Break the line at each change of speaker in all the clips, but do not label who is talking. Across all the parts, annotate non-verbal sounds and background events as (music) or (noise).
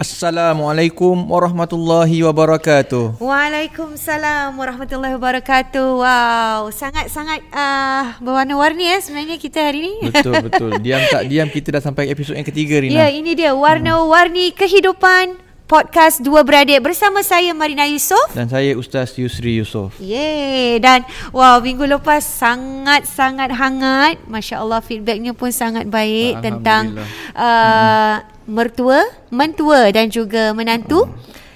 Assalamualaikum warahmatullahi wabarakatuh.
Waalaikumsalam warahmatullahi wabarakatuh. Wow, sangat-sangat uh, berwarna-warni ya eh, sebenarnya kita hari ni. (laughs)
Betul betul. Diam tak diam kita dah sampai episod yang ketiga Rina.
ya, ini dia warna-warni kehidupan podcast Dua Beradik bersama saya Marina Yusof.
Dan saya Ustaz Yusri Yusof.
Yeay dan wow minggu lepas sangat-sangat hangat. Masya-Allah feedbacknya pun sangat baik tentang uh, mertua, mentua dan juga menantu.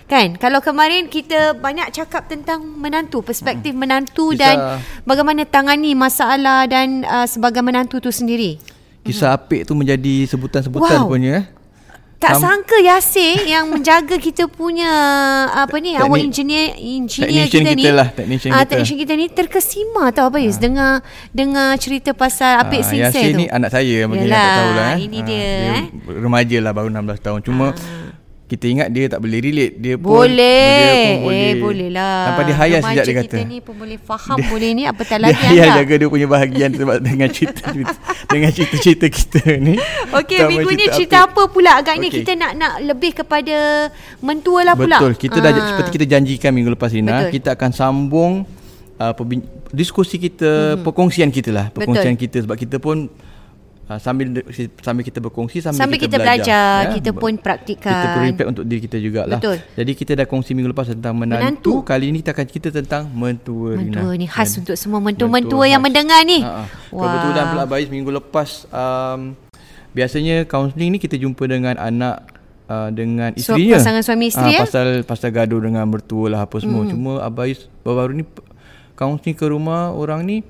Kan kalau kemarin kita banyak cakap tentang menantu, perspektif menantu
Kisah-
dan bagaimana tangani masalah dan uh, sebagai menantu tu sendiri.
Kisah apik tu menjadi sebutan-sebutan
Mhm. Wow.
punya eh.
Tak
Faham?
sangka Yasir yang menjaga kita punya apa ni
Teknik-
awak engineer engineer
technician
kita, ni.
kita lah, technician
Ah,
kita.
technician kita ni terkesima tau apa Yus dengar dengar cerita pasal Apik
Ah,
Sing
Yasir
Seh tu.
ni anak saya bagi yang
Yelah,
tak tahulah eh.
ini
Ah,
dia, eh. Ah.
Remaja lah baru 16 tahun. Cuma kita ingat dia tak boleh relate. Dia pun
boleh.
dia
eh,
pun boleh.
boleh lah.
Sampai dia hayal
Remaja
sejak (laughs) dia kata.
kita ni lah. pun boleh faham dia, boleh ni
(laughs)
apatah lagi
dia hayal
anak.
jaga dia punya bahagian sebab (laughs) dengan cerita dengan cerita-cerita kita ni.
Okey,
Tambah
minggu ni cerita apa pula agaknya
Okey.
okay. kita nak nak lebih kepada mentua lah pula.
Betul. Kita dah
Ah.
seperti kita janjikan minggu lepas Rina,
Betul.
kita akan sambung uh, perbin- diskusi kita, perkongsian kita lah,
Mm-hmm. Betul.
perkongsian kita sebab kita pun uh, sambil de- sambil kita berkongsi sambil,
Sambil kita belajar, kita pun praktikkan.
Kita pun reflect untuk diri kita jugalah.
Betul.
Jadi kita dah kongsi minggu lepas tentang menantu,
Menantu.
kali ini kita akan cerita tentang mentua Rina.
Mentua ni khas
Dan-
untuk semua mentua-mentua yang mendengar ni.
Kan? Ha, ha. Kebetulan pula Abais minggu lepas um, biasanya kaunseling ni kita jumpa dengan anak uh, dengan
So,
isterinya.
pasangan suami
Ah,
isteri, eh? Hmm.
pasal pasal gaduh dengan mertua lah apa semua. Cuma Abais baru-baru ni p- kaunseling ke rumah orang ni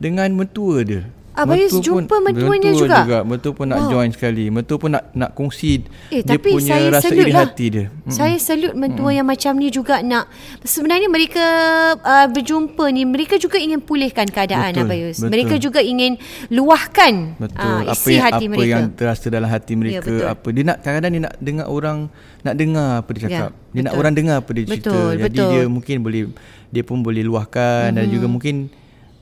dengan mentua dia.
Abais
Mertua
jumpa mentuanya juga?
juga. Mertua pun nak wow. join sekali. Mertua pun nak nak kongsi
Eh,
dia
tapi
punya
saya
rasa
salute
iri
lah.
hati dia.
Saya salute mentua yang macam ni juga nak sebenarnya mereka uh, berjumpa ni mereka juga ingin pulihkan keadaan
Betul,
Abayus.
betul.
Mereka juga ingin luahkan
Betul.
ah,
apa
isi
yang,
hati
apa
mereka. Ya,
yang terasa dalam hati mereka,
betul. Ya,
apa dia nak kadang-kadang dia nak dengar orang nak dengar apa dia cakap. dia nak
betul.
orang dengar apa dia cerita.
Betul,
Jadi
betul. Mm-hmm.
dia mungkin boleh dia pun boleh luahkan dan juga mungkin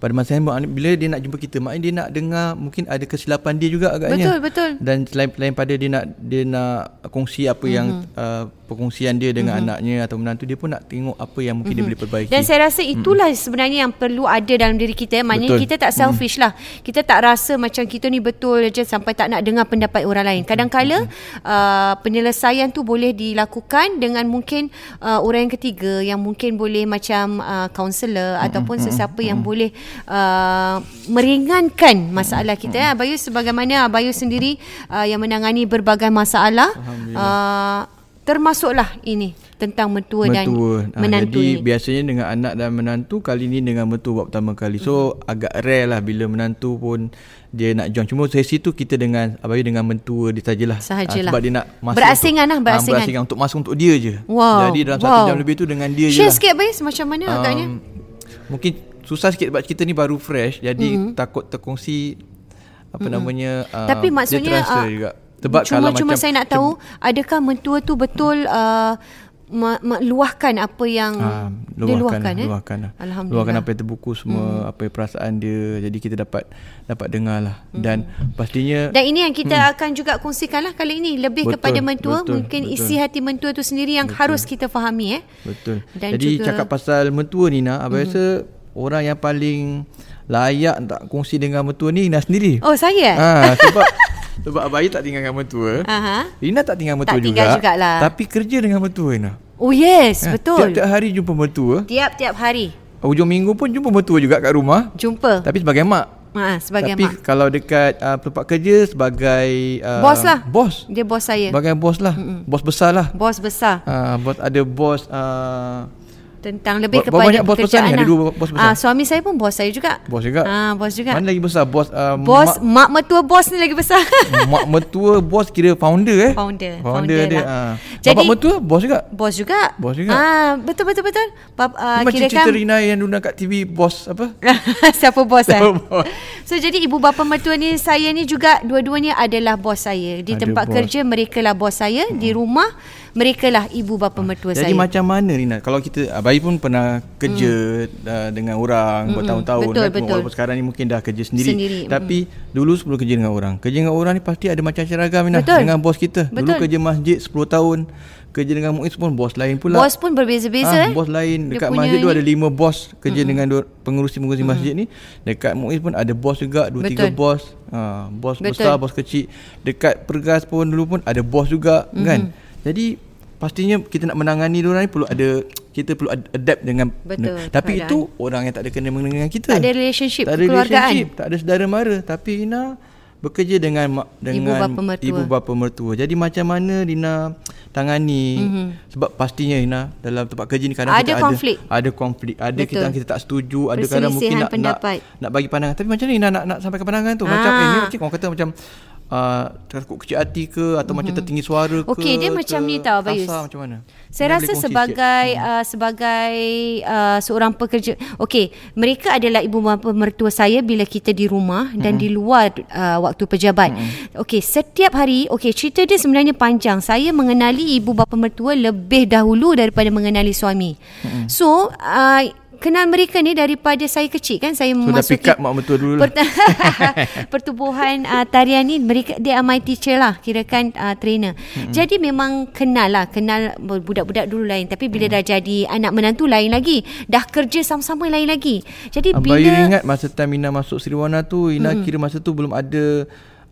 pada masa yang sama, bila dia nak jumpa kita maknanya dia nak dengar mungkin ada kesilapan dia juga agaknya.
Betul, betul.
Dan selain selain pada dia nak dia nak kongsi apa yang
Mm-hmm.
uh, perkongsian dia dengan anaknya atau menantu dia pun nak tengok apa yang mungkin dia boleh perbaiki.
Mm-hmm. Dan saya rasa itulah sebenarnya yang perlu ada dalam diri kita. Maknanya
Betul. Hmm.
kita tak selfish lah. Kita tak rasa macam kita ni betul je sampai tak nak dengar pendapat orang lain. Kadangkala
Hmm.
uh, penyelesaian tu boleh dilakukan dengan mungkin uh, orang yang ketiga yang mungkin boleh macam uh, kaunselor
Hmm,
ataupun sesiapa yang boleh uh, meringankan masalah
Hmm,
kita. Eh. Abayu sebagaimana Abayu sendiri uh, yang menangani berbagai masalah. Uh, termasuklah ini tentang mentua, dan
Ah,
menantu
jadi
ni.
biasanya dengan anak dan menantu kali ni dengan mertua buat pertama kali so agak rare lah bila menantu pun dia nak join cuma sesi tu kita dengan abai dengan mentua dia sajalah Ah,
Sahajalah.
sebab dia nak masa
Berasingan lah,
untuk, ah,
berasingan.
berasingan untuk masa untuk dia je
Wow.
jadi dalam satu
wow.
jam lebih tu dengan dia je
Share
lah
sikit Bayus macam mana um, agaknya?
Um, mungkin susah sikit sebab kita ni baru fresh jadi takut terkongsi apa namanya ah,
Mm-hmm. Tapi
dia
maksudnya
terasa
ah,
juga sebab
cuma
kalau
cuma
macam
saya nak tahu adakah mentua tu betul uh, ma- ma- luahkan apa yang
Ah,
Hmm. dia luahkan, eh?
luahkan lah.
Alhamdulillah.
luahkan apa yang terbuku semua hmm. apa yang perasaan dia jadi kita dapat dapat dengar lah dan pastinya
Hmm. Dan ini yang kita akan juga kongsikan lah kali ini lebih
Hmm. Betul,
kepada mentua
betul,
mungkin
betul.
isi hati mentua tu sendiri yang harus kita fahami eh.
betul
Dan
jadi
juga- Hmm.
cakap pasal mentua Nina abang rasa orang yang paling layak tak kongsi dengan mentua ni Nina sendiri
Oh saya eh.
ah sebab (laughs) sebab abang Ayu tak tinggal dengan mentua
Aha.
Nina tak tinggal mentua
Tak tinggal
juga
jugalah.
tapi kerja dengan mentua Nina
Oh yes,
Ah,
betul.
tiap-tiap hari jumpa mentua
Tiap-tiap hari
hujung minggu pun jumpa mentua juga kat rumah
jumpa.
tapi sebagai mak
Ha sebagai
Tapi
mak.
kalau dekat uh, tempat kerja sebagai uh,
Bos lah.
Bos.
Dia bos saya.
Sebagai bos lah. Mm-mm. Bos besar lah.
Bos besar.
Uh, bos ada bos uh,
Tentang
Ba-
lebih kepada
banyak bos besar ni,
pekerjaan
ada
lah.
dua bos besar.
Ah, suami saya pun bos saya juga.
bos juga.
Ah, bos juga.
Mana lagi besar bos uh,
Bos mak, mak mertua bos ni lagi besar. (laughs)
mak, mak mertua bos kira founder eh. Founder,
Founder, founder
dia.
lah.
Lah. Bapak
Jadi-
mertua bos juga.
bos juga.
Bos juga.
Ah, betul betul betul. Bab, ah,
Uh, Macam
kira
cerita
kan
Rina yang dulu kat TV bos apa?
(laughs) siapa bos eh?
Siapa bos?
So jadi ibu bapa mertua ni saya ni juga dua-duanya adalah bos saya. Di
Ada
tempat
bos. Hmm.
kerja mereka lah bos saya, di rumah mereka lah ibu bapa mertua
Ah. Jadi
saya.
macam mana Rina? Kalau kita abang Bayi pun pernah kerja hmm. uh, dengan orang hmm. bertahun-tahun
Betul,
kan?
betul.
walaupun sekarang ni mungkin dah kerja sendiri,
Sendiri, hmm.
tapi dulu sebelum kerja dengan orang kerja dengan orang ni pasti ada macam-macam ragam Minah,
Betul.
dengan bos kita dulu
Betul.
kerja masjid 10 tahun kerja dengan Muiz pun bos lain pula
Bos pun berbeza-beza
lah. Ah,
eh.
Bos lain
Dia
Dekat
punya
masjid tu
ni.
ada lima bos Kerja dengan dua- pengurusi-pengurusi masjid ni Dekat Muiz pun ada bos juga Dua tiga
Betul.
bos ha, Bos
Betul.
besar, bos kecil Dekat pergas pun dulu pun Ada bos juga mm-hmm. kan Jadi Pastinya kita nak menangani diorang ni Perlu ada Kita perlu ad- adapt dengan
Betul,
Tapi
keadaan.
itu Orang yang tak ada kena-mengena dengan kita
Tak ada relationship
Tak ada
kekeluargaan.
relationship Tak ada saudara mara Tapi Ina Bekerja dengan mak- dengan
bapa mertua.
ibu bapa mertua. Jadi macam mana Rina tangani mm-hmm. sebab pastinya Rina dalam tempat kerja ni kadang
Mhm. Ada
kita
konflik.
ada ada konflik. Ada
Betul.
kita kita tak setuju, ada kadang mungkin
Perselisihan
nak, nak
pendapat.
nak bagi pandangan. Tapi macam mana Rina nak nak sampaikan pandangan tu? Macam
Ah.
eh ni macam orang kata macam uh, takut kecil hati ke atau mm-hmm. macam tertinggi suara ke?
Mhm. Okey, dia
ke
macam ni tau, Bayus.
kasar Macam mana? Rina
Saya
boleh
rasa
kongsi Hmm.
sebagai uh, sebagai uh, seorang pekerja, okey, mereka adalah ibu bapa mertua saya bila kita di rumah dan
Hmm.
di luar uh, waktu pejabat. Okey, setiap hari, okey, cerita dia sebenarnya panjang. Saya mengenali ibu bapa mertua lebih dahulu daripada mengenali suami.
Hmm.
So, uh, kenal mereka ni daripada saya kecil kan saya
dah
memasuki
pick up mak mertua dulu lah.
(laughs) pertubuhan uh, tarian ni mereka dia my teacher lah kirakan uh, trainer. Hmm. Jadi memang kenal lah kenal budak-budak dulu lain tapi bila hmm. dah jadi anak menantu lain lagi dah kerja sama-sama lain lagi. Jadi
Abang
bila Hmm.
Bayu ingat masa time Ina masuk Sriwana tu Ina kira masa tu belum ada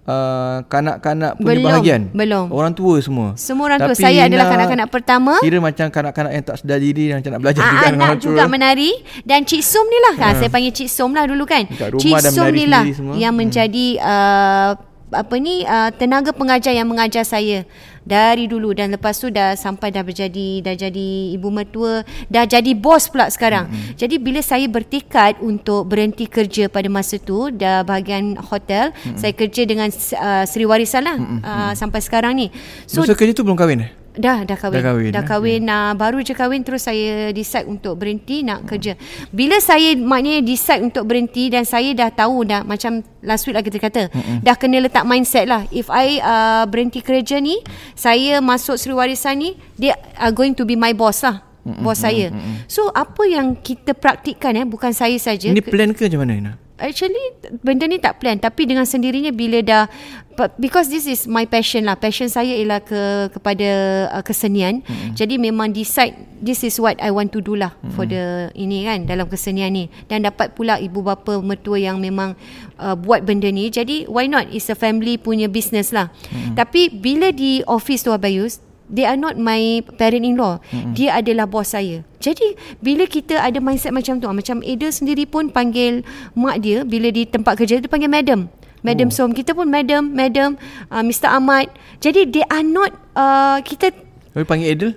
Uh, kanak-kanak punya
Belum,
bahagian
belum.
Orang tua semua
Semua orang tua. Saya adalah kanak-kanak pertama.
Kira macam kanak-kanak yang tak sedar diri Yang macam nak belajar juga
Ah,
dengan orang
anak
tua Ya.
juga menari dan Cik Som ni lah kan. Saya panggil Cik Som lah dulu kan.
Dekat rumah
Cik
dah
Som
menari
ni lah
sendiri semua. Hmm.
yang menjadi uh, apa ni uh, tenaga pengajar yang mengajar saya dari dulu dan lepas tu dah sampai dah berjadi dah jadi ibu mertua dah jadi bos pula sekarang. Hmm. Jadi bila saya bertekad untuk berhenti kerja pada masa tu dah bahagian hotel hmm. saya kerja dengan uh, Seri Warisan lah hmm. uh, sampai sekarang ni.
So Masa kerja tu belum kahwin eh?
Dah dah
Dah
kahwin.
kahwin,
dah
eh?
kahwin nah, baru je kahwin terus saya decide untuk berhenti nak kerja. Bila saya maknanya decide untuk berhenti dan saya dah tahu dah macam last week lah kita kata. Dah kena letak mindset lah. If I uh, berhenti kerja ni, saya masuk Seri Warisan ni, dia are going to be my boss lah. Bos saya. So apa yang kita praktikkan eh bukan saya saja.
Ini plan ke macam mana Ina?
Actually benda ni tak plan tapi dengan sendirinya bila dah but because this is my passion lah passion saya ialah ke kepada uh, kesenian mm-hmm. jadi memang decide this is what I want to do lah mm-hmm. for the ini kan dalam kesenian ni dan dapat pula ibu bapa mertua yang memang uh, buat benda ni jadi why not it's a family punya business lah mm-hmm. tapi bila di office tu Abayus they are not my parent-in-law. Mm-hmm. Dia adalah bos saya. Jadi bila kita ada mindset macam tu, ah, macam Ada sendiri pun panggil mak dia bila di tempat kerja dia panggil madam. Madam oh. Som, kita pun madam, madam, uh, Mr Ahmad. Jadi they are not uh, kita
Tapi panggil Adel?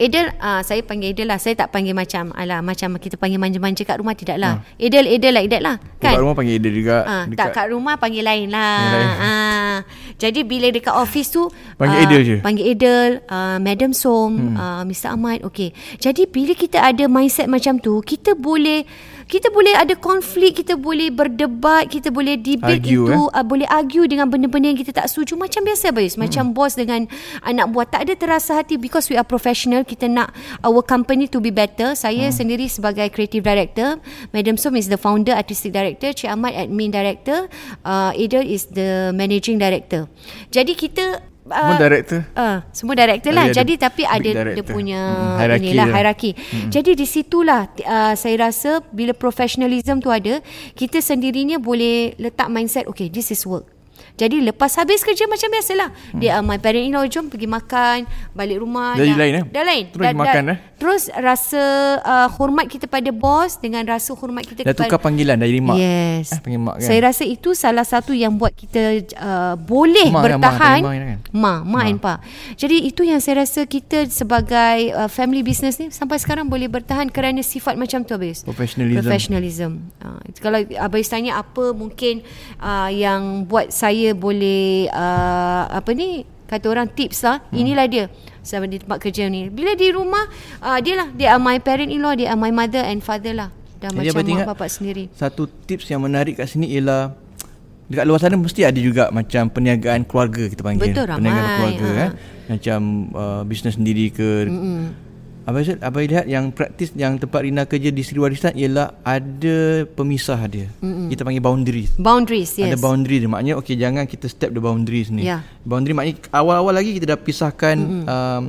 Edel, uh, saya panggil Edel lah. Saya tak panggil macam, alah macam kita panggil manja-manja kat rumah tidak lah. Edel, Edel like that lah. Kan?
Kan? Kat rumah panggil Adel juga
Ah,
dekat-
tak kat rumah panggil lain lah.
Panggil lain.
Ah, jadi bila dekat office tu
Panggil
ah,
Adel je?
Panggil Adel, ah, Madam Som, hmm. ah, Mr Ahmad. Okey. Jadi bila kita ada mindset macam tu, kita boleh kita boleh ada konflik, kita boleh berdebat, kita boleh debate
Argue,
itu, eh? uh, boleh argue dengan benda-benda yang kita tak setuju macam biasa Bayus, hmm. macam bos dengan anak buah tak ada terasa hati because we are professional, kita nak our company to be better. Saya hmm. sendiri sebagai creative director, Madam Som is the founder artistic director, Cik Ahmad admin director, uh, Adel is the managing director. Jadi kita
Semua director?
Uh, semua director
Tapi
lah.
ada
Jadi tapi
big
ada dia
director.
punya
Hmm, lah. hierarki
hierarki inilah
dia.
hierarki. Jadi di situlah t- uh, saya rasa bila professionalism tu ada, kita sendirinya boleh letak mindset okay this is work. Jadi lepas habis kerja macam biasalah. Dia uh, my parent in law jom pergi makan, balik rumah.
Hmm. Jadi
dah,
lain, eh?
Dah lain.
Terus pergi makan, eh?
Terus rasa uh, hormat kita pada bos dengan rasa hormat kita
Dah tukar panggilan dari mak
Yes.
Eh, panggil mak kan?
Saya rasa itu salah satu yang buat kita uh, boleh
Mak dengan
bertahan.
mak, panggil mak kan?
Ma, ma and pa. Jadi itu yang saya rasa kita sebagai uh, family business ni sampai sekarang boleh bertahan kerana sifat macam tu Abis.
Professionalism.
Professionalism. Uh, kalau Abis tanya apa mungkin uh, yang buat saya boleh uh, apa ni kata orang tips lah.
Hmm.
Inilah dia. Sama di tempat kerja ni. Bila di rumah uh, dia lah dia are my parent in law, dia are my mother and father lah. Dah
Jadi
macam
Abang
mak
ingat-
bapak sendiri.
Satu tips yang menarik kat sini ialah dekat luar sana mesti ada juga macam perniagaan keluarga eh. kita panggil.
Betul, ramai.
Perniagaan keluarga
Ha.
eh. Macam uh, bisnes sendiri ke. Mm-mm. Abang Syed, Abang lihat yang praktis yang tempat Rina kerja di Sri Warisan ialah ada pemisah dia. Mm-mm. Kita panggil boundaries.
Boundaries, yes.
Ada boundary dia. Maknanya okey jangan kita step the boundaries ni.
Ya.
Boundary maknanya awal-awal lagi kita dah pisahkan mm-hmm. um,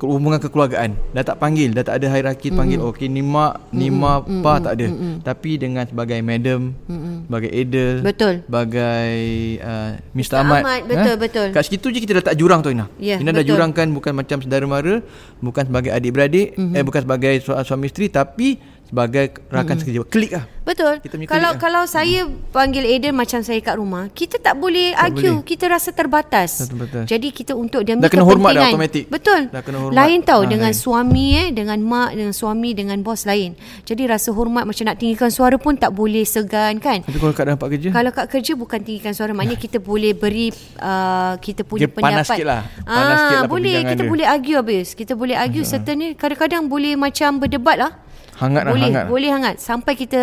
ke- hubungan kekeluargaan. Dah tak panggil, dah tak ada hierarki panggil mm-hmm. okey ni mak, ni mm-hmm. ma, pa tak ada. Mm-hmm. Tapi dengan sebagai madam, mm-hmm. sebagai Adel,
Betul.
sebagai uh, Mr. Ahmad.
Ahmad, betul, betul.
Kat situ je kita dah tak jurang tu Ina.
Ya,
Ina dah
betul.
jurangkan bukan macam saudara mara, bukan sebagai adik-beradik, mm-hmm. eh bukan sebagai su- suami isteri tapi sebagai rakan mm-hmm. sekerja. Klik lah.
Betul.
Kita Hmm. punya
Kalau
colleague
kalau saya panggil Aiden macam saya kat rumah, kita tak boleh tak argue, boleh. kita rasa terbatas.
Tak terbatas.
Jadi kita untuk demi
Dah kena hormat dah
kepentingan-
automatik.
Betul.
Dah kena hormat.
Lain tau
Ah,
dengan
lain.
suami eh, dengan mak, dengan suami, dengan bos lain. Jadi rasa hormat macam nak tinggikan suara pun tak boleh segan kan.
Tapi kalau kat dalam tempat kerja,
Kalau kat kerja bukan tinggikan suara Maknanya kita boleh beri uh, Kita punya
Dia panas
pendapat
sikit lah. Panas sikit
ah,
lah
Boleh
perbincangan
Kita
dia.
boleh argue habis Kita boleh argue Serta ni kadang-kadang boleh macam berdebat lah
hangat lah,
boleh,
hangat.
boleh hangat sampai kita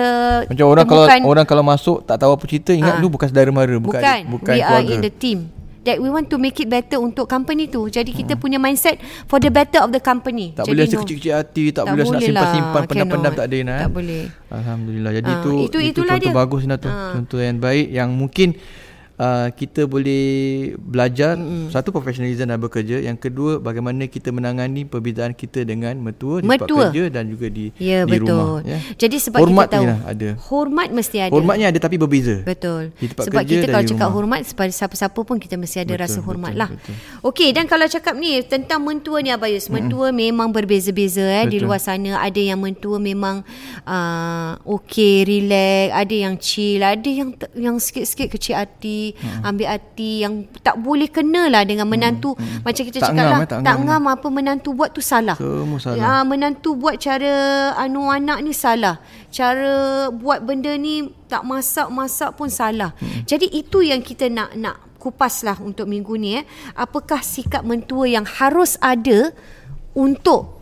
Macam orang
temukan-
kalau orang kalau masuk tak tahu apa cerita ingat
Ah.
lu bukan saudara mara, bukan
bukan,
adik, bukan
we are
keluarga.
in the team that we want to make it better untuk company tu jadi kita punya mindset for the better of the company
Hmm. tak
jadi
boleh rasa kecil-kecil hati, tak, boleh rasa nak
boleh lah,
simpan-simpan pendam-pendam
cannot.
tak ada Ina. eh.
tak boleh
Alhamdulillah. Jadi
Ah,
itu itu,
itu-
itu
itulah
contoh
dia. Ah.
bagus Ina tu. Contoh yang baik yang mungkin Uh, kita boleh belajar mm. satu profesionalism dalam bekerja yang kedua bagaimana kita menangani perbezaan kita dengan mertua di tempat
Mertua.
kerja dan juga di
ya
di rumah
betul
ya.
jadi sebab
Hormat
kita tahu
ni lah ada.
hormat mesti ada
Hormatnya ada tapi berbeza.
Betul.
Di tempat
Sebab
kerja
kita
dan
kalau
di
cakap
rumah.
hormat kepada siapa-siapa pun kita mesti ada
Betul,
betul, rasa
betul,
hormat
betul.
betul, lah. Okey dan kalau cakap ni tentang mentua ni Abayus. Mentua memang berbeza-beza eh di
Betul.
luar sana ada yang mentua memang uh, okey, relax, ada yang chill, ada yang te- yang sikit-sikit kecil hati, ambil hati yang tak boleh kenalah dengan menantu. Macam kita
Tak
cakap
ngam,
lah
eh, tak
tak
ngam.
ngam apa menantu buat tu salah.
Semua salah.
Ah, menantu buat cara anu anak ni salah. Cara buat benda ni tak masak-masak pun salah. Hmm. Jadi itu yang kita nak nak kupaslah untuk minggu ni eh. Apakah sikap mentua yang harus ada untuk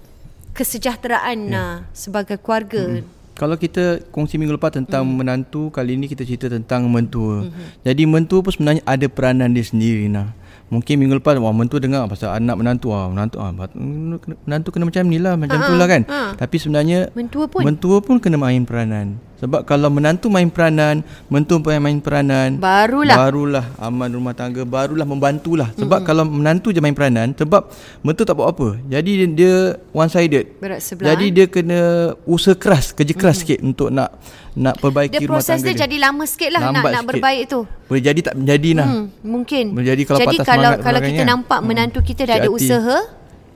Ya.
kesejahteraan yeah. sebagai keluarga? Hmm.
Kalau kita kongsi minggu lepas tentang mm. menantu, kali ini kita cerita tentang mentua.
Hmm.
Mm-hmm. Jadi mentua pun sebenarnya ada peranan dia sendiri nah. Mungkin minggu lepas wah mentua dengar pasal anak menantu ah, menantu ah, bat- menantu kena macam ni lah, macam tu lah kan.
ha.
Tapi sebenarnya
Mentua pun
mentua pun kena main peranan. Sebab kalau menantu main peranan, mentua pun main peranan,
barulah
Barulah aman rumah tangga Barulah membantulah Sebab mm-hmm. kalau menantu je main peranan Sebab mentua tak buat apa Jadi dia, dia one sided
berat sebelah. eh?
jadi dia kena usaha keras, kerja keras mm-hmm. sikit untuk nak nak perbaiki
dia
rumah
proses
tangga
dia,
dia.
jadi lama sikit lah nak,
Lambat
nak
sikit.
berbaik tu.
Boleh jadi tak menjadi lah.
Hmm, mungkin.
Jadi kalau
Jadi
patah
kalau
semangat
kalau kita
belakangnya,
nampak
hmm,
menantu kita dah
cik
ada
hati.
usaha,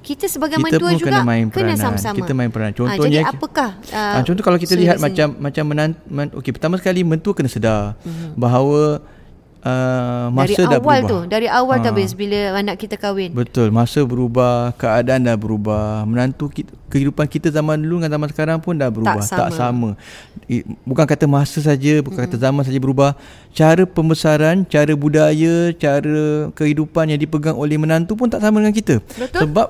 kita sebagai
Kita
mentua
pun
juga
kena main
kena
peranan.
sama-sama.
Kita main peranan.
Ah,
Contohnya
jadi
ki-
apakah?
Uh, ha, contoh kalau kita lihat macam macam menan, men, okey pertama sekali mentua kena sedar mm-hmm. bahawa uh,
dari
masa dah
awal
berubah.
tu, dari awal
Ah.
ha. habis bila anak kita kahwin.
Betul, masa berubah, keadaan dah berubah. Menantu kita, kehidupan kita zaman dulu dengan zaman sekarang pun dah berubah, tak sama. Tak
Tak
sama. I- Bukan kata masa saja, bukan kata zaman saja berubah. Cara pembesaran, cara budaya, cara kehidupan yang dipegang oleh menantu pun tak sama dengan kita.
Betul.
Sebab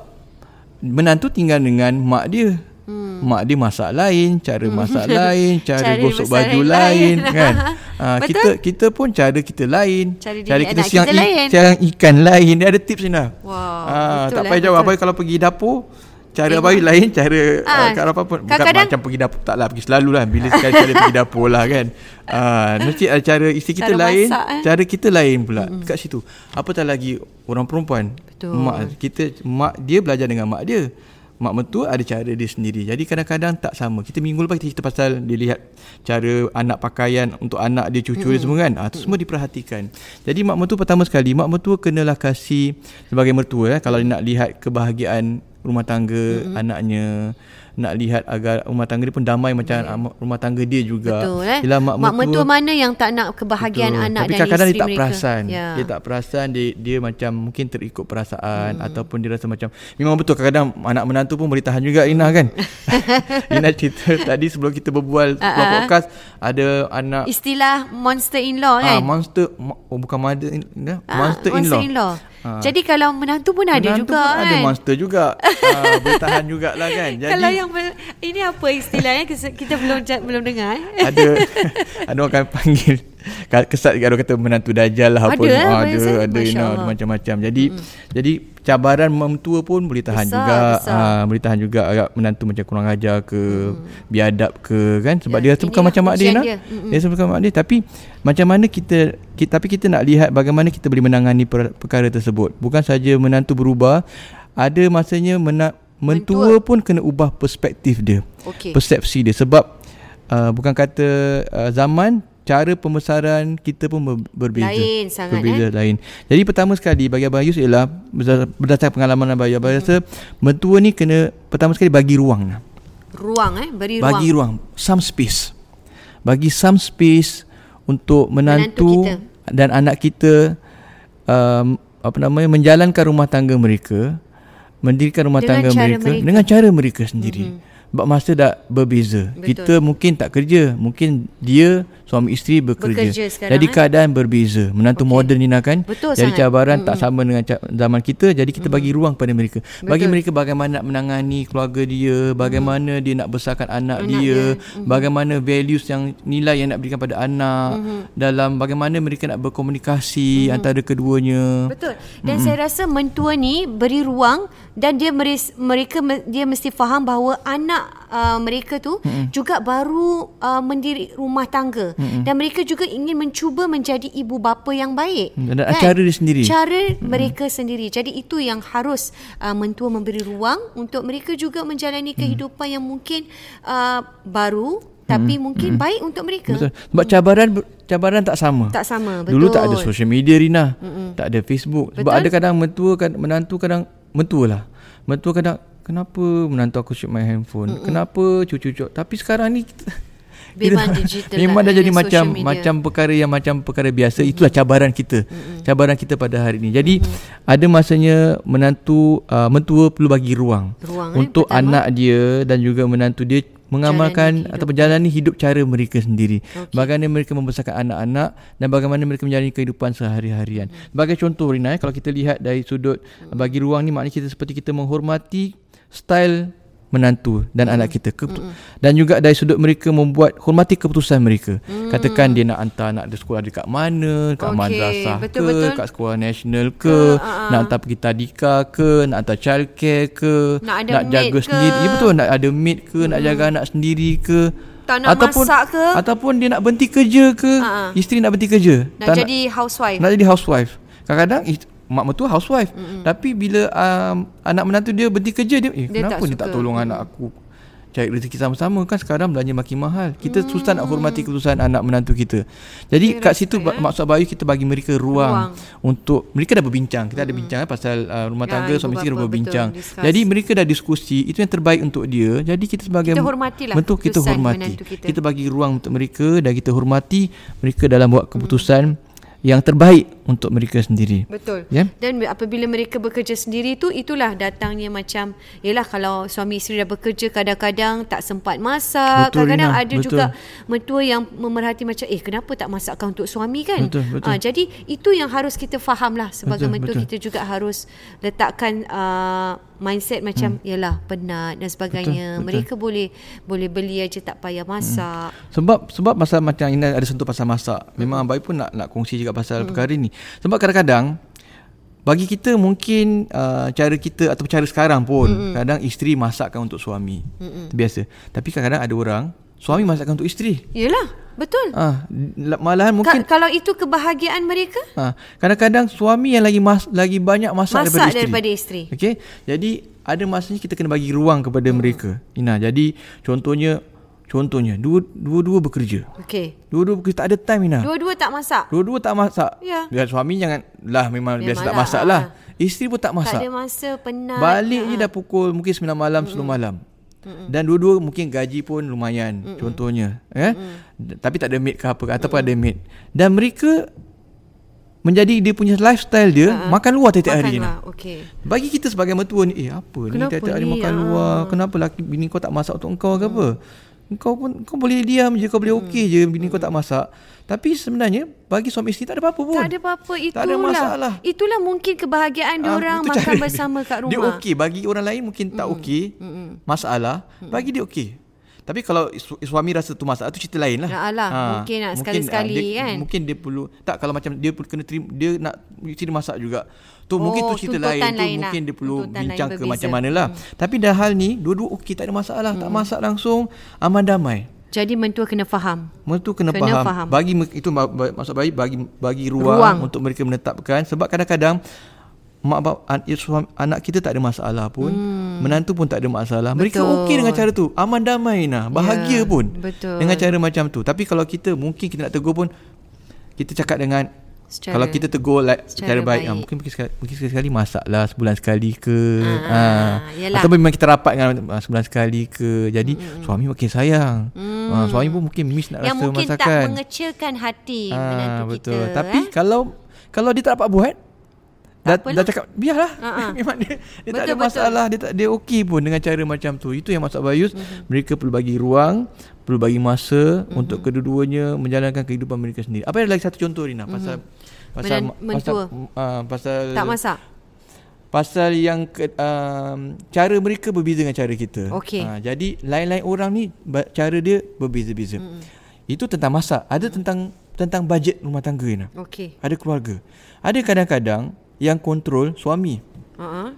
menantu tinggal dengan mak dia. Hmm. Mak dia masak lain,
(laughs)
cara masak lain, cara,
Cara
gosok
besar
baju
yang
lain,
lain. (laughs)
kan. Ah,
Betul.
kita kita pun cara kita lain,
Cara didik
kita
anak
siang
kita lain.
siang ikan lain. Dia ada tips ni lah.
Wow,
Ah,
betul
tak
eh,
payah jawab
betul.
Abang kalau pergi dapur Cara Abang lain Cara ah,
Ah,
Kak Rafa pun Bukan
kadang-kadang-
macam pergi dapur Tak lah pergi selalu lah Bila sekali-sekali pergi dapur lah kan ah, Nanti ah, cara isteri kita
Cara
lain
masak, eh.
Cara kita lain pula mm-hmm. Kat situ Apatah lagi Orang perempuan
Betul.
Mak kita Mak dia belajar dengan mak dia Mak mentua ada cara dia sendiri Jadi kadang-kadang tak sama Kita minggu lepas kita cerita pasal Dia lihat cara anak pakaian Untuk anak dia cucu dia semua kan ah, Itu semua diperhatikan Jadi mak mentua pertama sekali Mak mentua kenalah kasih Sebagai mertua eh, Kalau dia nak lihat kebahagiaan rumah tangga mm-hmm. anaknya nak lihat agar rumah tangga dia pun damai macam am- rumah tangga dia juga.
Betul eh.
Yelah,
mak, mentua mana yang tak nak kebahagiaan
Betul.
anak
Tapi
dan
kadang-kadang
isteri
dia tak
mereka.
perasan
Ya.
Dia tak perasan Dia dia macam Mungkin terikut perasaan hmm. Ataupun dia rasa macam Memang betul Kadang-kadang anak menantu pun Boleh tahan juga Ina
(laughs)
kan Ina cerita Tadi sebelum kita berbual Sebelum
Ah, ah.
podcast Ada anak
Istilah monster in law
ah,
kan.
Monster ma- Oh bukan mother in, eh?
Ah,
Monster in law Ah.
Jadi kalau menantu pun ada
Menantu
juga
pun
kan.
Ada monster
(laughs)
juga ah, Boleh tahan jugalah kan Jadi
Kalau yang ber-
(laughs)
ini apa istilahnya Kes- kita belum ja- belum dengar. eh?
ada ada orang akan panggil kesat kalau kata menantu dajal lah
Ada,
apa
eh,
semua.
banyak
ada
sangat.
ada you
Masya
know,
Allah.
macam-macam. Jadi jadi cabaran mentua pun boleh tahan
Besar,
juga.
besar.
Ah, boleh tahan juga agak menantu macam kurang ajar ke, biadab ke kan sebab
Ya,
dia rasa bukan
inilah
macam mak ah. dia
ujian
nak.
dia. Mm.
Dia rasa bukan mak dia tapi macam mana kita, kita tapi kita nak lihat bagaimana kita boleh menangani per, perkara tersebut. Bukan saja menantu berubah, ada masanya mena, mentua, mentua pun kena ubah perspektif dia
Okey.
persepsi dia sebab uh, bukan kata uh, zaman cara pemasaran kita pun ber- berbeza
Lain sangat,
berbeza eh? lain jadi pertama sekali bagi Abang Yus ialah berdasar- berdasarkan pengalaman Abang Yus Abang rasa mentua ni kena pertama sekali bagi ruang lah.
Ruang eh, beri ruang.
bagi ruang some space bagi some space untuk
Menantu
menantu,
kita.
dan anak kita um, apa namanya menjalankan rumah tangga mereka mendirikan rumah
Dengan
tangga
cara
mereka,
mereka.
dengan cara mereka sendiri mm-hmm. sebab masa dah berbeza
Betul.
kita mungkin tak kerja mungkin dia suami isteri bekerja,
Bekerja sekarang,
jadi
eh.
keadaan berbeza menantu okay. moden ni nak kan
Betul
jadi
sangat.
cabaran tak sama dengan ca- zaman kita jadi kita bagi ruang pada mereka bagi mereka bagaimana nak menangani keluarga dia bagaimana dia nak besarkan anak, dia, bagaimana values yang nilai yang nak berikan pada anak dalam bagaimana mereka nak berkomunikasi antara keduanya
Betul. Dan mm-hmm. saya rasa mentua ni beri ruang dan dia meres, mereka me- dia mesti faham bahawa anak uh, mereka tu mm-hmm. juga baru uh, mendiri rumah tangga mm-hmm. dan mereka juga ingin mencuba menjadi ibu bapa yang baik.
Mm,
Kan?
Dan cara dia sendiri.
Cara mereka sendiri. Jadi itu yang harus uh, mentua memberi ruang untuk mereka juga menjalani
Mm.
kehidupan yang mungkin uh, baru tapi mungkin baik untuk mereka.
Betul. Sebab cabaran cabaran tak sama.
Tak sama,
Dulu
betul.
tak ada social media Rina. Mm-mm. Tak ada Facebook. Sebab
Betul.
ada kadang mentua kad- menantu kadang mentua lah. Mentua kadang kenapa menantu aku shoot my handphone? Mm-mm. Kenapa cucu-cucu? Tapi sekarang ni kita-
Memang
(laughs) kita-
digital lah
Memang dah
dengan
jadi
social
macam
media.
macam perkara yang macam perkara biasa. Itulah cabaran kita. Mm-mm. Cabaran kita pada hari ini. Jadi mm-hmm. ada masanya menantu uh, mentua perlu bagi ruang,
Ruang, eh,
untuk anak dia dan juga menantu dia mengamalkan ataupun jalani hidup cara mereka sendiri. Okay. Bagaimana mereka membesarkan anak-anak dan bagaimana mereka menjalani kehidupan sehari-harian.
Hmm.
Sebagai contoh Rina, eh, kalau kita lihat dari sudut bagi ruang ni maknanya kita seperti kita menghormati style menantu
Hmm.
dan anak kita Keput- dan juga dari sudut mereka membuat hormati keputusan mereka. Katakan dia nak hantar anak dia sekolah dekat mana, kat
Hmm. Okey, Ah,
madrasah
betul,
ke,
betul.
kat sekolah nasional ke, nak hantar pergi tadika ke, nak hantar childcare ke,
Nak ada
nak
maid
jaga
ke. Hmm.
sendiri. Ya betul nak ada maid ke, nak jaga anak sendiri ke.
Tak nak masak ke.
Ataupun dia nak berhenti kerja ke.
Ha.
Isteri nak berhenti kerja.
Nak jadi housewife.
Nak jadi housewife. Kadang-kadang is- mak mertua housewife. Mm-hmm. Tapi bila um, anak menantu dia berhenti kerja dia, eh,
Dia
kenapa
tak
dia tak
suka.
tolong anak aku? Cari rezeki sama-sama kan sekarang belanja makin mahal. Kita mm. susah nak hormati keputusan anak menantu kita. Jadi kat situ ba-
eh.
maksud Bayu kita bagi mereka ruang, untuk mereka dah berbincang. Kita ada bincang eh, pasal uh, rumah
Ya,
tangga
ibu
suami isteri dah
bapa, betul,
berbincang.
discuss.
Jadi mereka dah diskusi, itu yang terbaik untuk dia. Jadi kita sebagai
Kita hormatilah
mentua kita
keputusan
hormati.
menantu kita.
Kita kita bagi ruang untuk mereka dan kita hormati mereka dalam buat keputusan yang terbaik untuk mereka sendiri.
Betul.
Ya?
Dan apabila mereka bekerja sendiri tu itulah datangnya macam yalah kalau suami isteri dah bekerja kadang-kadang tak sempat
Betul,
masak, kadang-kadang
Rina.
ada
Betul.
juga mentua yang memerhati macam eh kenapa tak masakkan untuk suami kan?
Betul, betul.
Ah, jadi itu yang harus kita fahamlah sebagai
Betul,
mentua
betul.
kita juga harus letakkan uh, mindset macam hmm. yalah penat dan
betul.
sebagainya.
Hmm.
Mereka boleh boleh beli aja tak payah masak.
Sebab sebab masa macam Ina ada sentuh pasal masak. Memang Abang pun nak nak kongsi juga pasal
Hmm.
perkara ni. Sebab kadang-kadang bagi kita mungkin uh, cara kita atau cara sekarang pun
Hmm.
kadang isteri masakkan untuk suami. Biasa. Tapi kadang-kadang ada orang suami masakkan untuk isteri.
Yalah, betul.
Ah, la- malahan mungkin
Ka- kalau itu kebahagiaan mereka
Ha, kadang-kadang suami yang lagi mas, lagi banyak masak,
Masak
daripada isteri.
daripada isteri.
Okey. Jadi ada masanya kita kena bagi ruang kepada hmm. mereka. Ina. Jadi contohnya contohnya dua dua-dua bekerja.
Okey.
Dua-dua bekerja tak ada time Ina.
(laughs) Dua-dua tak masak.
Dua-dua tak masak.
Ya.
Dan suami jangan lah memang biasa tak
lah.
masak lah. Isteri pun tak
Tak
masak. ha.
ada masa penat.
Balik je dah pukul mungkin 9 malam, 10 malam. Dan dua-dua mungkin gaji pun lumayan contohnya eh D- tapi tak ada maid ke apa ke, ataupun ada maid dan merika menjadi dia punya lifestyle dia makan luar tiap-tiap hari je
Makanlah.
nak.
lah. Okey.
bagi kita sebagai mertua ni eh apa ni
Kenapa
tiap-tiap hari
ni?
makan
Ah.
luar kenapa laki bini kau tak masak untuk kau ke apa
Hmm.
kau pun kau boleh diam je kau boleh okey je bini kau tak masak tapi sebenarnya bagi suami isteri tak ada apa-apa pun
Tak ada apa-apa itulah.
tak ada masalah
Itulah mungkin kebahagiaan
Ah,
diorang
itu
makan
cara dia.
bersama kat rumah.
Dia okey bagi orang lain mungkin tak okey. Masalah bagi dia okey. Tapi kalau su- suami rasa tu masalah tu cerita lain lah.
Nak lah. Mungkin nak
ah,
sekali-sekali,
dia,
kan?
Mungkin dia perlu tak kalau macam dia perlu kena terima, dia nak ciri masak juga. Tu
Oh,
mungkin tu cerita lain,
tuntutan lain
tu
lah.
mungkin dia perlu
Tuntutan lain
bincang ke
berbeza. Mm.
macam manalah. Hmm. Tapi dah hal ni dua-dua okey tak ada masalah. Hmm. Tak masak langsung aman damai.
Jadi mentua kena faham.
Mertua kena,
Kena
kena faham.
faham.
faham. Bagi me- itu ma- ba- maksud baik bagi bagi ruang,
Ruang.
ruang untuk mereka menetapkan sebab kadang-kadang mak bab an, eh, suami, anak kita tak ada masalah pun, hmm. menantu pun tak ada masalah. Mereka
Betul.
okey dengan cara tu. Aman damai nah, bahagia
Ya,
pun.
betul.
Dengan cara macam tu. Tapi kalau kita mungkin kita nak tegur pun kita cakap dengan
Secara-
Secara, kalau kita tegur like,
secara
secara, baik,
baik.
Ha, mungkin mungkin sekali, mungkin sekali masak lah sebulan sekali ke
Ah,
ha,
yelah.
atau memang kita rapat dengan ah, sebulan sekali ke jadi mm. suami makin sayang mm. ha, suami pun mungkin miss nak
Yang
rasa
mungkin
masakan Ah,
tak mengecewakan hati ha, menantu
betul.
kita.
Tapi
eh?
kalau kalau dia tak dapat buat dah,
apalah.
dah cakap biarlah.
Ha-ha.
(laughs) Memang dia dia tak
Betul,
ada
betul.
masalah, dia tak dia okey pun dengan cara macam tu. Itu yang maksud Bayus,
Mm-hmm.
mereka perlu bagi ruang, perlu bagi masa untuk kedua-duanya menjalankan kehidupan mereka sendiri. Apa ada lagi satu contoh Rina pasal pasal
Menan- Mm-hmm. mentua.
pasal, ah, pasal
tak masak.
Pasal yang ke, um, cara mereka berbeza dengan cara kita.
Okey.
Ha, jadi lain-lain orang ni ba- cara dia berbeza-beza. Mm. Itu tentang masak, ada mm. tentang tentang bajet rumah tangga ni.
Okey.
Ada keluarga. Ada kadang-kadang yang kontrol suami.
Uh-huh.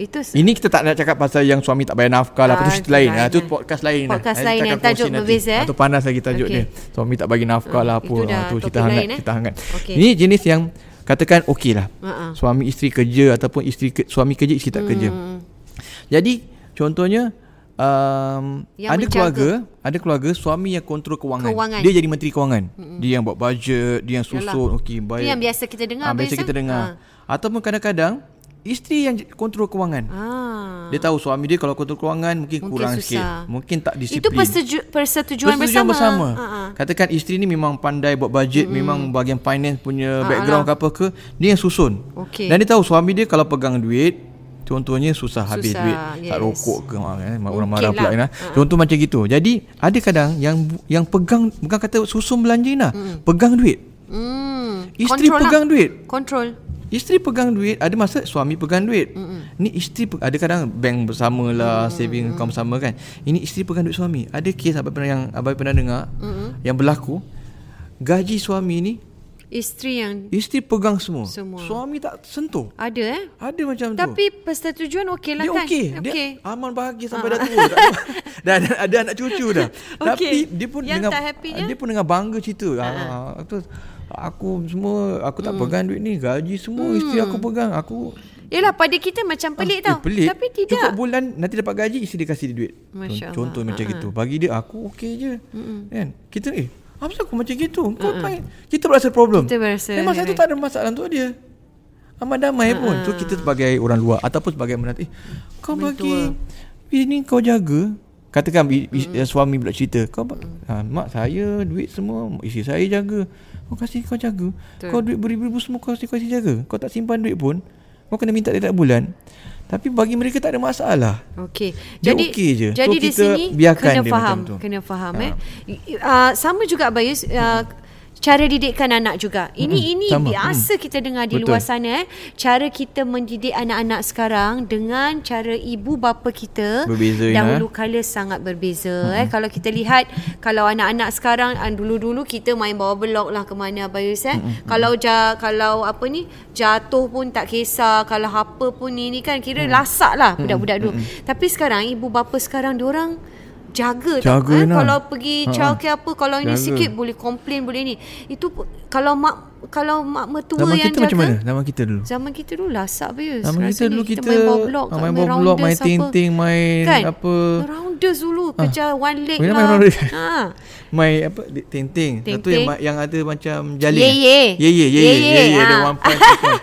Itu s-
Ini kita tak nak cakap pasal yang suami tak bayar nafkah lah,
Ah,
apa tu cerita
itu
lain.
lain
Ah, tu
lah.
podcast lain. lah.
Podcast
Nanti
lain
kita
yang
akan
tajuk
kongsi nanti.
berbeza, eh?
Ah, tu panas lagi tajuk
Okey.
dia. Suami tak bagi nafkah
Ah,
lah
itu
apa. Ah,
dah
tu
topik
cerita
lain,
hangat,
eh?
cerita hangat.
Okey.
Ini jenis yang katakan okey lah.
Ah, ah.
Suami isteri kerja ataupun isteri ke, suami kerja isteri tak
Hmm,
kerja. Jadi contohnya um,
Yang
ada
menjaga.
keluarga, ada keluarga suami yang kontrol kewangan.
Kewangan. Hmm,
Dia jadi menteri kewangan. Dia yang buat bajet, dia yang susun, okey
itu
baik.
yang biasa kita dengar.
Ah, biasa
Bayus,
kita
eh?
dengar. Ataupun kadang-kadang isteri yang j- kontrol kewangan.
Ah.
Dia tahu suami dia kalau kontrol kewangan mungkin,
Mungkin
kurang
susah.
sikit. Mungkin tak disiplin.
Itu persetuju- persetujuan,
Persetujuan
bersama. Hmm.
bersama.
Ah, ah.
Katakan isteri ni memang pandai buat bajet, memang bahagian finance punya background ke apa ke, dia yang susun.
Okey.
Dan dia tahu suami dia kalau pegang duit, contohnya susah, habis
Susah,
duit.
yes.
Tak rokok ke ah, eh, orang
Mungkin
marah pula
lah.
Ina. Contoh macam gitu. Jadi ada kadang yang yang pegang bukan kata susun belanja Ina, pegang duit.
Hmm.
Isteri
Control
pegang
lah.
duit.
Control.
Isteri pegang duit Ada masa suami pegang duit mm Ni isteri pe- Ada kadang bank bersama lah Saving account bersama kan Ini isteri pegang duit suami Ada kes abang pernah, yang abang pernah dengar Yang berlaku Gaji suami ni
Isteri yang
Isteri pegang semua,
Semua.
Suami tak sentuh
ada eh.
Ada macam tu
Tapi persetujuan okey lah
dia
kan?
okey. Dia aman bahagia sampai dah tua. Tak
(laughs)
ada- dah ada, ada anak cucu dah.
Okey.
Tapi dia pun
Yang
dengan
tak happynya?
dia pun dengan bangga cerita. Ah, tu aku semua aku
Mm.
tak pegang duit ni, gaji semua isteri aku pegang. Aku
Yelah pada kita macam
eh,
pelik tau.
pelik.
Tapi tidak.
Cukup bulan nanti dapat gaji isteri dia kasih dia duit.
Masya
Con- Contoh
Allah.
macam gitu. Bagi dia aku okey je. Kan? Kita eh apa aku macam gitu? Kau uh Kita berasa problem.
Kita berasa, ya.
Memang saya tu
right.
tak ada masalah untuk dia. Amat damai pun. So kita sebagai orang luar ataupun sebagai menantu, eh kau bagi ini kau jaga. Katakan i- i- suami pula cerita, kau ba- ha, mak saya duit semua isteri saya jaga. Kau kasih kau jaga.
Betul.
Kau duit beribu-ribu semua kau kasih kau kasih jaga. Kau tak simpan duit pun. Kau kena minta tiap bulan. Tapi bagi mereka tak ada masalah.
Okey.
Dia
Jadi
okey je. So,
Jadi di
kita
sini
biarkan
kena
dia
faham,
macam tu. Ah.
kena faham eh. Uh, sama juga Bayus uh, cara didikkan anak juga. Ini
Mm-mm,
ini
sama. Mm.
biasa kita dengar di
Betul.
luar sana eh. Cara kita mendidik anak-anak sekarang dengan cara ibu bapa kita
Berbeza, Ina.
dahulu kala sangat berbeza eh. Kalau kita lihat kalau anak-anak sekarang ah, dulu-dulu kita main bawa blok lah ke mana Bayus eh. Kalau ja, kalau apa ni jatuh pun tak kisah, kalau apa pun ni ni kan kira lasak lah budak-budak dulu. Tapi sekarang ibu bapa sekarang diorang jaga,
Jaga,
tau, eh?
Ina.
kalau pergi
Ha, ha.
childcare apa kalau ini
Jaga.
sikit boleh komplain boleh ni. Itu pu- kalau mak kalau mak mertua
Zaman kita
yang jaga
macam mana? Zaman kita dulu.
Zaman kita dulu lasak Bayus.
Zaman kita
Rasanya
dulu kita,
main bawah blok,
ah, main bawah blok, main
rounders apa.
ting-ting, main
kan?
apa. Ah.
Rounders dulu Kerja one leg
Bila
lah
main rounders?
ha.
Main apa di- Ting-ting Satu
Ting-ting.
yang, ma- yang ada macam Jalin
Ye-ye.
Ye ye Ye ye
Ye-ye,
Ye ye Ada
ah.
one point
(laughs)
two point.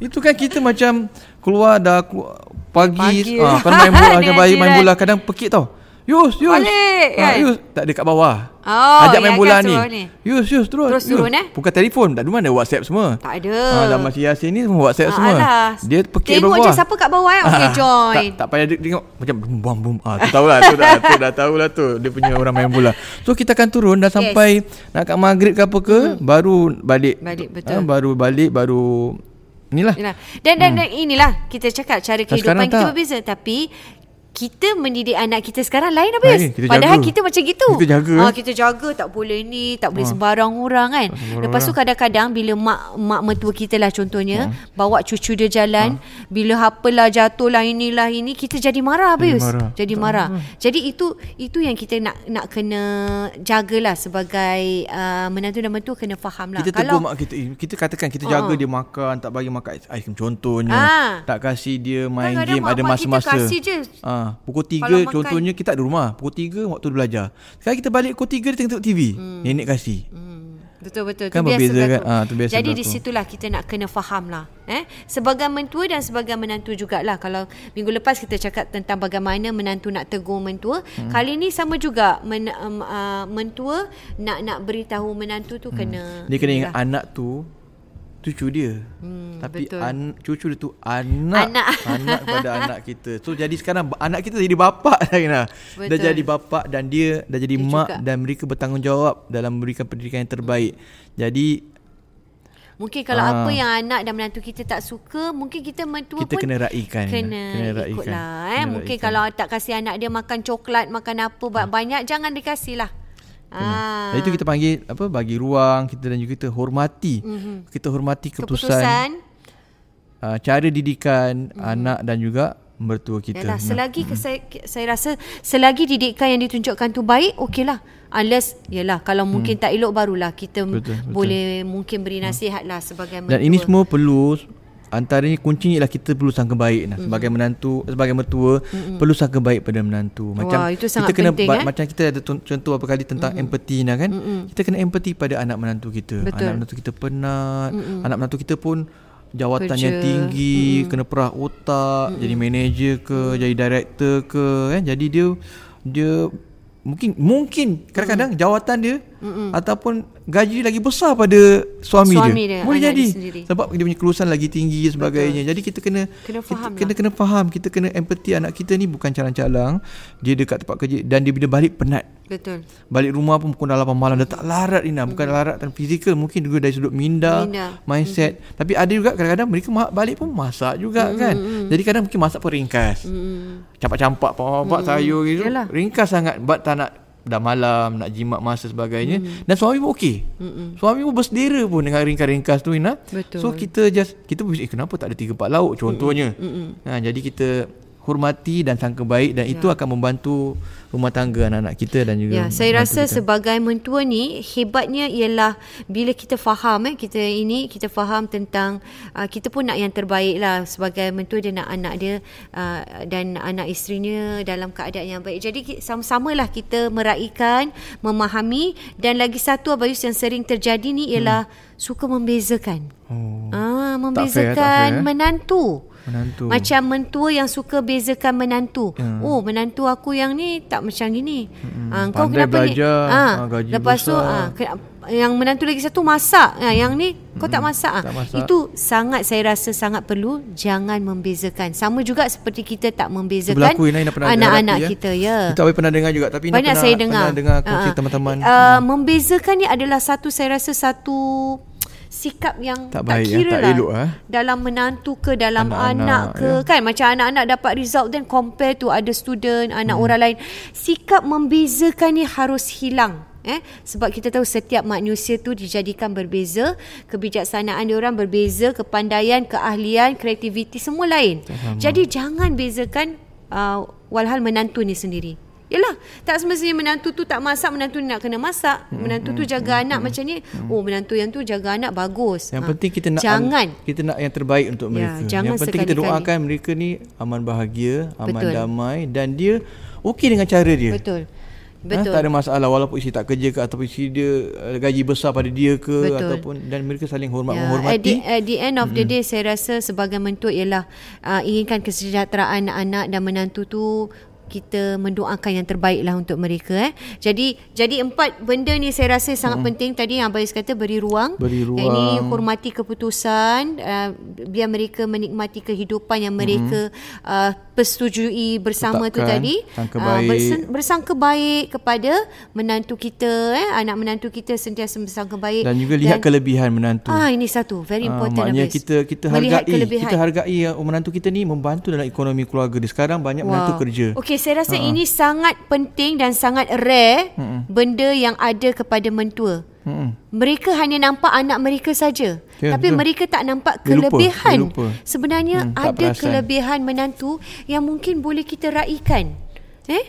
Itu kan kita macam Keluar dah keluar,
Pagi.
Pagi, ah, Kalau main
(laughs)
bola Dengan
Dengan
bayi main
jiran.
bola Kadang pekik tau Yus Yus
Balik, kan?
ha, Yus Tak ada kat bawah
Oh,
Ajak main
ya
bola
kan,
ni.
suruh ni.
Yus Yus terus
Terus
Yus.
turun, eh?
Bukan telefon Tak ada mana WhatsApp semua
Tak ada
Ah, dalam Masih Yasin ni semua WhatsApp
Ah,
semua.
alah.
Dia pekik
Tengok
bawah.
je siapa kat bawah, eh. Okey,
Ah,
join.
Tak, tak payah dia tengok macam bum bum bum. Ah, tu tahulah tu dah tu dah tahulah tu dia punya orang main bola. So kita akan turun dah sampai nak kat maghrib ke apa ke baru balik.
Hmm. Balik, betul.
Ah, baru balik baru inilah. Hmm.
Yalah. Dan, dan, dan inilah Kita cakap Cara kehidupan
sekarang
kita
tak.
berbeza Tapi kita mendidik anak kita sekarang lain
Lain,
habis.
kita
Padahal
jaga.
kita macam gitu.
Kita jaga,
Ha,
eh.
kita jaga tak boleh ni, tak boleh sembarang orang kan.
sembarang
Lepas tu
orang. Ah.
kadang-kadang bila mak mak mertua kita lah contohnya bawa cucu dia jalan, bila apalah jatuh lah inilah ini kita jadi marah habis.
marah.
Jadi marah. Jadi itu itu yang kita nak nak kena jagalah sebagai uh, menantu dan mentua kena faham lah.
Kita tegur mak kita eh, Kita katakan Kita jaga dia makan Tak bagi makan ais cream Contohnya
Ah.
Tak kasih dia main
Kadang-kadang
game Ada
mak-mak kita
masa-masa
kasih je.
ha, Pukul
Kalau
3
makan.
Contohnya kita tak ada rumah Pukul 3 waktu dia belajar Sekarang kita balik pukul 3 Dia tengok tengok TV
Hmm.
Nenek kasih
Betul betul
Kan
tu biasa
berbeza kan?
Hmm. berlaku.
Ah, tu biasa
Jadi di
berlaku.
situlah kita nak kena faham lah eh sebagai mentua dan sebagai menantu jugalah. Kalau minggu lepas kita cakap tentang bagaimana menantu nak tegur mentua, hmm. kali ni sama juga men, um, uh, mentua nak nak beritahu menantu tu kena
Hmm. Dia kena ingat
inilah.
anak tu cucu dia. Hmm, Tapi
betul.
an, cucu dia tu anak
Anak.
(laughs) anak kepada anak kita. So jadi sekarang ba- anak kita jadi bapak (laughs) dah Ina. Dah
Betul.
jadi bapak dan dia dah jadi
Dia
mak
juga.
dan mereka bertanggungjawab dalam memberikan pendidikan yang terbaik. Jadi
Mungkin kalau
Ah.
apa yang anak dan menantu kita tak suka, mungkin kita mentua
Kita
pun
kena raikan.
Kena,
Kena raikan.
ikutlah eh.
Kena
mungkin
raikan.
kalau tak kasih anak dia makan coklat, makan apa banyak jangan dikasih lah. Ah.
Jadi itu kita panggil apa bagi ruang kita dan juga kita hormati.
Mhm.
Mm-hmm. Kita hormati keputusan, keputusan.
keputusan
Uh, cara didikan mm-hmm. anak dan juga mertua kita.
Mhm. Yalah, selagi ke saya, ke- saya rasa selagi didikan yang ditunjukkan tu baik, okeylah. Unless yalah kalau mungkin tak elok barulah kita
Betul,
betul,
betul.
boleh mungkin beri nasihat lah sebagai mentua.
Dan ini semua perlu antaranya kuncinya ialah kita perlu sangka baik nah mm-hmm. sebagai menantu sebagai mertua mm-hmm. perlu sangka baik pada menantu macam
Wah, itu
kita
sangat
kena
penting, eh?
macam kita ada tun- contoh apa kali tentang mm-hmm. empathy nah kan mm-hmm. kita kena empathy pada anak menantu kita
Betul.
anak menantu kita penat mm-hmm. anak menantu kita pun jawatan
Kerja.
yang tinggi mm-hmm. kena perah otak mm-hmm. jadi manager ke mm-hmm. jadi director ke kan jadi dia dia mungkin mungkin kadang-kadang jawatan dia mm ataupun gaji dia lagi besar pada suami,
Suami
dia.
dia,
boleh
anak dia
jadi
sendiri.
sebab dia punya kelulusan lagi tinggi sebagainya. Betul. Jadi kita kena
Kena faham lah.
kita, kena kena faham, kita kena empathy anak kita ni bukan calang-calang. Dia dekat tempat kerja dan dia bila balik penat.
betul.
Balik rumah pun pukul dah 8 malam dah tak larat ni nah. Bukan larat dan fizikal mungkin juga dari sudut minda,
Hmm. Minda. Hmm.
mindset. Tapi ada juga kadang-kadang mereka ma- balik pun masak juga kan.
hmm.
Jadi kadang mungkin masak pun ringkas. Campak-campak, pak-pak sayur gitu.
Hmm, Yalah.
Ringkas sangat but tak nak dah malam nak jimat masa sebagainya
Hmm.
dan suami pun okey. Suami pun bersendera pun dengan ringkas-ringkas tu Ina.
Betul. Hmm,
So kita just kita pun eh, kenapa tak ada tiga empat lauk contohnya. Ha jadi kita hormati dan sangka baik dan itu akan membantu rumah tangga anak-anak kita dan juga
Ya, saya
menantu
rasa
kita.
sebagai mentua ni hebatnya ialah bila kita faham eh kita ini kita faham tentang uh, kita pun nak yang terbaik lah sebagai mentua dia nak anak dia uh, dan anak isterinya dalam keadaan yang baik. Jadi ki- sama-samalah kita meraikan, memahami dan lagi satu Abayus yang sering terjadi ni ialah hmm. suka membezakan.
oh, Tak fair, tak
Ah, membezakan
fair, eh?
menantu.
menantu.
Macam mentua yang suka bezakan menantu.
Ya.
Oh, menantu aku yang ni tak macam gini. Hmm, ha, kau
Pandai
kenapa
belajar,
ni? Ah,
ah, gaji
lepas tu
besar.
ah, ke- yang menantu lagi satu masak. Ha, yang ni kau tak masak ah.
tak masak.
Itu sangat saya rasa sangat perlu jangan membezakan. Sama juga seperti kita tak
Itu
membezakan
berlaku Ina, Ina pernah
kan
eh.
anak-anak
hadapi,
kita ya.
Itu Abi pernah dengar juga tapi Ina
Banyak
pernah,
saya dengar.
pernah dengar kongsi
Ah, ah.
teman-teman. Hmm.
Uh, membezakan ni adalah satu saya rasa satu sikap yang
Tak
tak,
baik,
kira
eh, tak
lah.
elok, eh.
Dalam menantu ke dalam
Anak-anak,
anak, ke
ya.
kan macam anak-anak dapat result then compare to other student, anak orang lain. Sikap membezakan ni harus hilang. Eh, sebab kita tahu setiap manusia tu dijadikan berbeza kebijaksanaan dia orang berbeza kepandaian keahlian kreativiti semua lain jadi jangan bezakan uh, walhal menantu ni sendiri Yalah, tak semestinya menantu tu tak masak, menantu ni nak kena masak. Menantu tu jaga anak macam ni. Oh, menantu yang tu jaga anak bagus.
Yang
Ha.
penting kita nak
Jangan.
kita nak yang terbaik untuk
Ya,
mereka.
jangan
yang penting kita
sekali-kali.
doakan mereka ni aman bahagia, aman
Betul.
damai dan dia okey dengan cara dia.
Betul.
Ha, tak
Betul.
ada masalah walaupun isteri tak kerja ke ataupun isteri dia uh, gaji besar pada dia ke
Betul.
ataupun dan mereka saling hormat
Ya,
menghormati.
at, the, at the end of
Hmm.
the day saya rasa sebagai mentua ialah uh, inginkan kesejahteraan anak-anak dan menantu tu kita mendoakan yang terbaik lah untuk mereka eh. Jadi jadi empat benda ni saya rasa sangat hmm. penting tadi yang Abang Yus kata beri ruang.
Beri
Yang ini
ruang.
hormati keputusan uh, biar mereka menikmati kehidupan yang mereka hmm. uh, persetujui bersama tu
Letakkan
tadi.
sangka
Ah,
baik.
bersen- bersangka baik kepada menantu kita eh anak menantu kita sentiasa bersangka baik
Dan juga lihat kelebihan menantu.
Ah ini satu very
Ah,
important
maknanya
Hafiz.
kita kita
Melihat
hargai
kelebihan.
kita hargai yang menantu kita ni membantu dalam ekonomi keluarga dia sekarang banyak menantu kerja Ah,
Okey, saya rasa uh-huh. ini sangat penting dan sangat rare uh-huh. benda yang ada kepada mentua.
hmm
Mereka hanya nampak anak mereka saja.
Ya,
Tapi
betul.
mereka tak nampak
Dia lupa,
kelebihan.
dia lupa.
Sebenarnya
Hmm, tak
ada
perasan.
kelebihan menantu yang mungkin boleh kita raikan. Eh?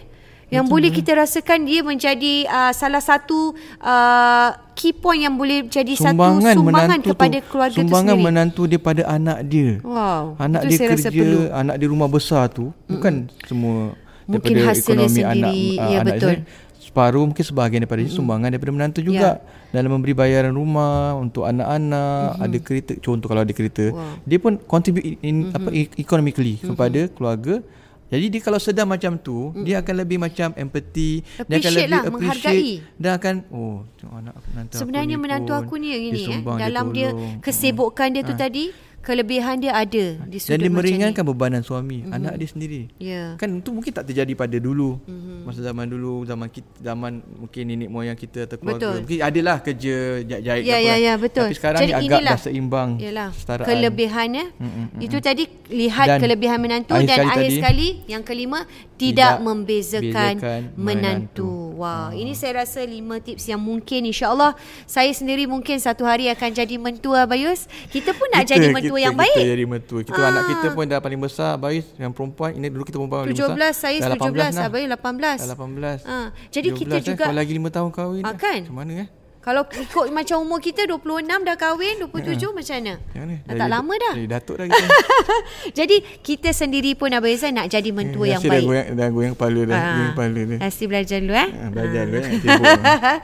Yang boleh kita rasakan dia menjadi uh, salah satu uh, key point yang boleh jadi satu sumbangan
menantu
kepada keluarga
sumbangan
tu sendiri.
menantu dia pada anak dia
wow.
anak
itu
dia
saya rasa
kerja
perlu.
anak dia rumah besar tu bukan semua
Mungkin
daripada
hasilnya
ekonomi
sendiri,
anak
ya,
ah, anak
betul.
sendiri. separuh mungkin sebahagian daripada mm sumbangan daripada menantu
Ya.
juga dalam memberi bayaran rumah untuk anak-anak ada kereta contoh kalau ada kereta
Wow.
dia pun contribute in, in apa e- economically kepada keluarga jadi dia kalau sedar macam tu dia akan lebih macam empathy dia akan
Appreciate
lebih
lah,
appreciate
menghargai.
dan akan oh tengok anak aku menantu aku
Sebenarnya
ni
menantu
pun,
aku ni yang
dia
ini eh.
sumbang,
Dalam dia,
tolong. Ha.
kesibukan dia tu tadi, kelebihan dia ada di sudut
dan dia
macam
meringankan
ni. Mhm.
bebanan suami anak dia sendiri
Ya. Mhm.
kan itu mungkin tak terjadi pada dulu masa zaman dulu zaman kita zaman mungkin nenek moyang kita atau keluarga
Betul.
mungkin adalah kerja jahit-jahit
Ya,
apa
ya,
kan.
ya, betul.
tapi sekarang
Jadi
ni agak
inilah-
dah seimbang
Yalah,
setaraan
kelebihannya.
Hmm,
Itu tadi lihat
Dan
kelebihan menantu
akhir
dan
sekali
akhir
tadi,
sekali yang kelima tidak,
tidak
membezakan
bezakan
menantu.
menantu. Hmm.
Wah, ini saya rasa lima tips yang mungkin insya-Allah saya sendiri mungkin satu hari akan jadi mentua Bayus. Kita pun nak jadi mentua yang
kita
baik.
Kita jadi mentua. Kita
Ah.
anak kita pun dah paling besar Bayus yang perempuan. Ini dulu kita perempuan paling
17
besar.
saya
Dah
17
lah.
abang 18.
Dah 18.
Ah, jadi kita
12 eh.
juga-
Kalau lagi 5 tahun kahwin.
Ah,
eh.
kan?
Macam mana eh?
Kalau ikut macam umur kita 26 dah kahwin
Ya.
27 macam mana?
Macam mana?
Dah tak lama dah.
Jadi datuk dah kita.
(laughs) Jadi kita sendiri pun Abang Izzan nak jadi mentua yang
Nasib Eh, Dah
baik. Ah.
goyang, dah goyang kepala dah. Goyang kepala dah.
Nasi belajar dulu eh.
Ah, Belajar dulu eh. Sibuk.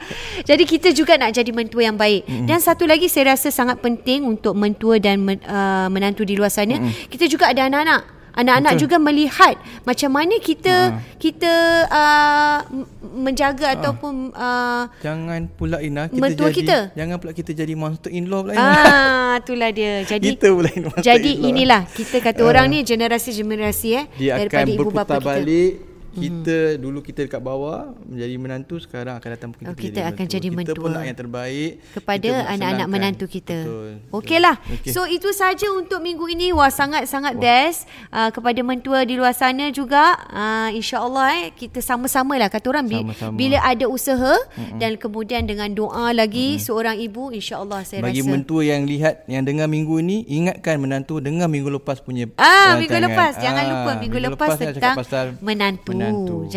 (laughs) Jadi kita juga nak jadi mentua yang baik. Mm-hmm. Dan satu lagi saya rasa sangat penting untuk mentua dan men, uh, menantu di luar sana, mm-hmm. kita juga ada anak-anak. Anak-anak juga melihat macam mana
Ah.
kita kita uh, m- menjaga ataupun uh,
(laughs) Jangan pula Ina kita
Mentua
jadi
kita.
jangan pula kita jadi monster in law pula (laughs) Ina.
ah itulah dia. Jadi
kita pula Ina monster
Jadi
in law.
inilah kita kata orang ni generasi-generasi eh
Eh. dia akan
daripada ibu
berputar
bapa kita. Hmm.
balik kita dulu kita dekat bawah menjadi menantu sekarang akan datang kita,
Oh, kita akan jadi
Kita pun
mentua.
nak yang terbaik
kepada
kita nak
anak-anak
senangkan.
menantu kita.
Betul.
Okeylah.
Okey.
Okay. So itu saja untuk minggu ini. Wah sangat-sangat best uh, kepada mentua di luar sana juga. Uh, insya-Allah eh kita sama-samalah kata orang bi-
Sama-sama.
bila ada usaha mm dan kemudian dengan doa lagi seorang ibu insya-Allah saya
Bagi
rasa
mentua yang lihat yang dengar minggu ini ingatkan menantu dengar minggu lepas punya rancangan.
Ah, minggu lepas. Jangan
Ah,
lupa minggu, lepas,
nak cakap
tentang
pasal
menantu.
menantu. ya.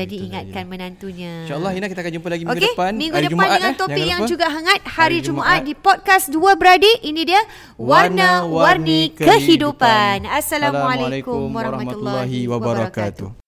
Jadi
Itu
ingatkan
saja.
menantunya.
InsyaAllah Ina kita akan jumpa lagi minggu
Okey,
depan
minggu
hari
depan
Jumaat,
dengan
eh.
topik
Jangan
yang
lupa.
juga hangat hari,
Hari
Jumaat,
Jumaat.
di podcast Dua Beradik. Ini dia
Warna-warni
warna-warni kehidupan. Assalamualaikum warahmatullahi wabarakatuh.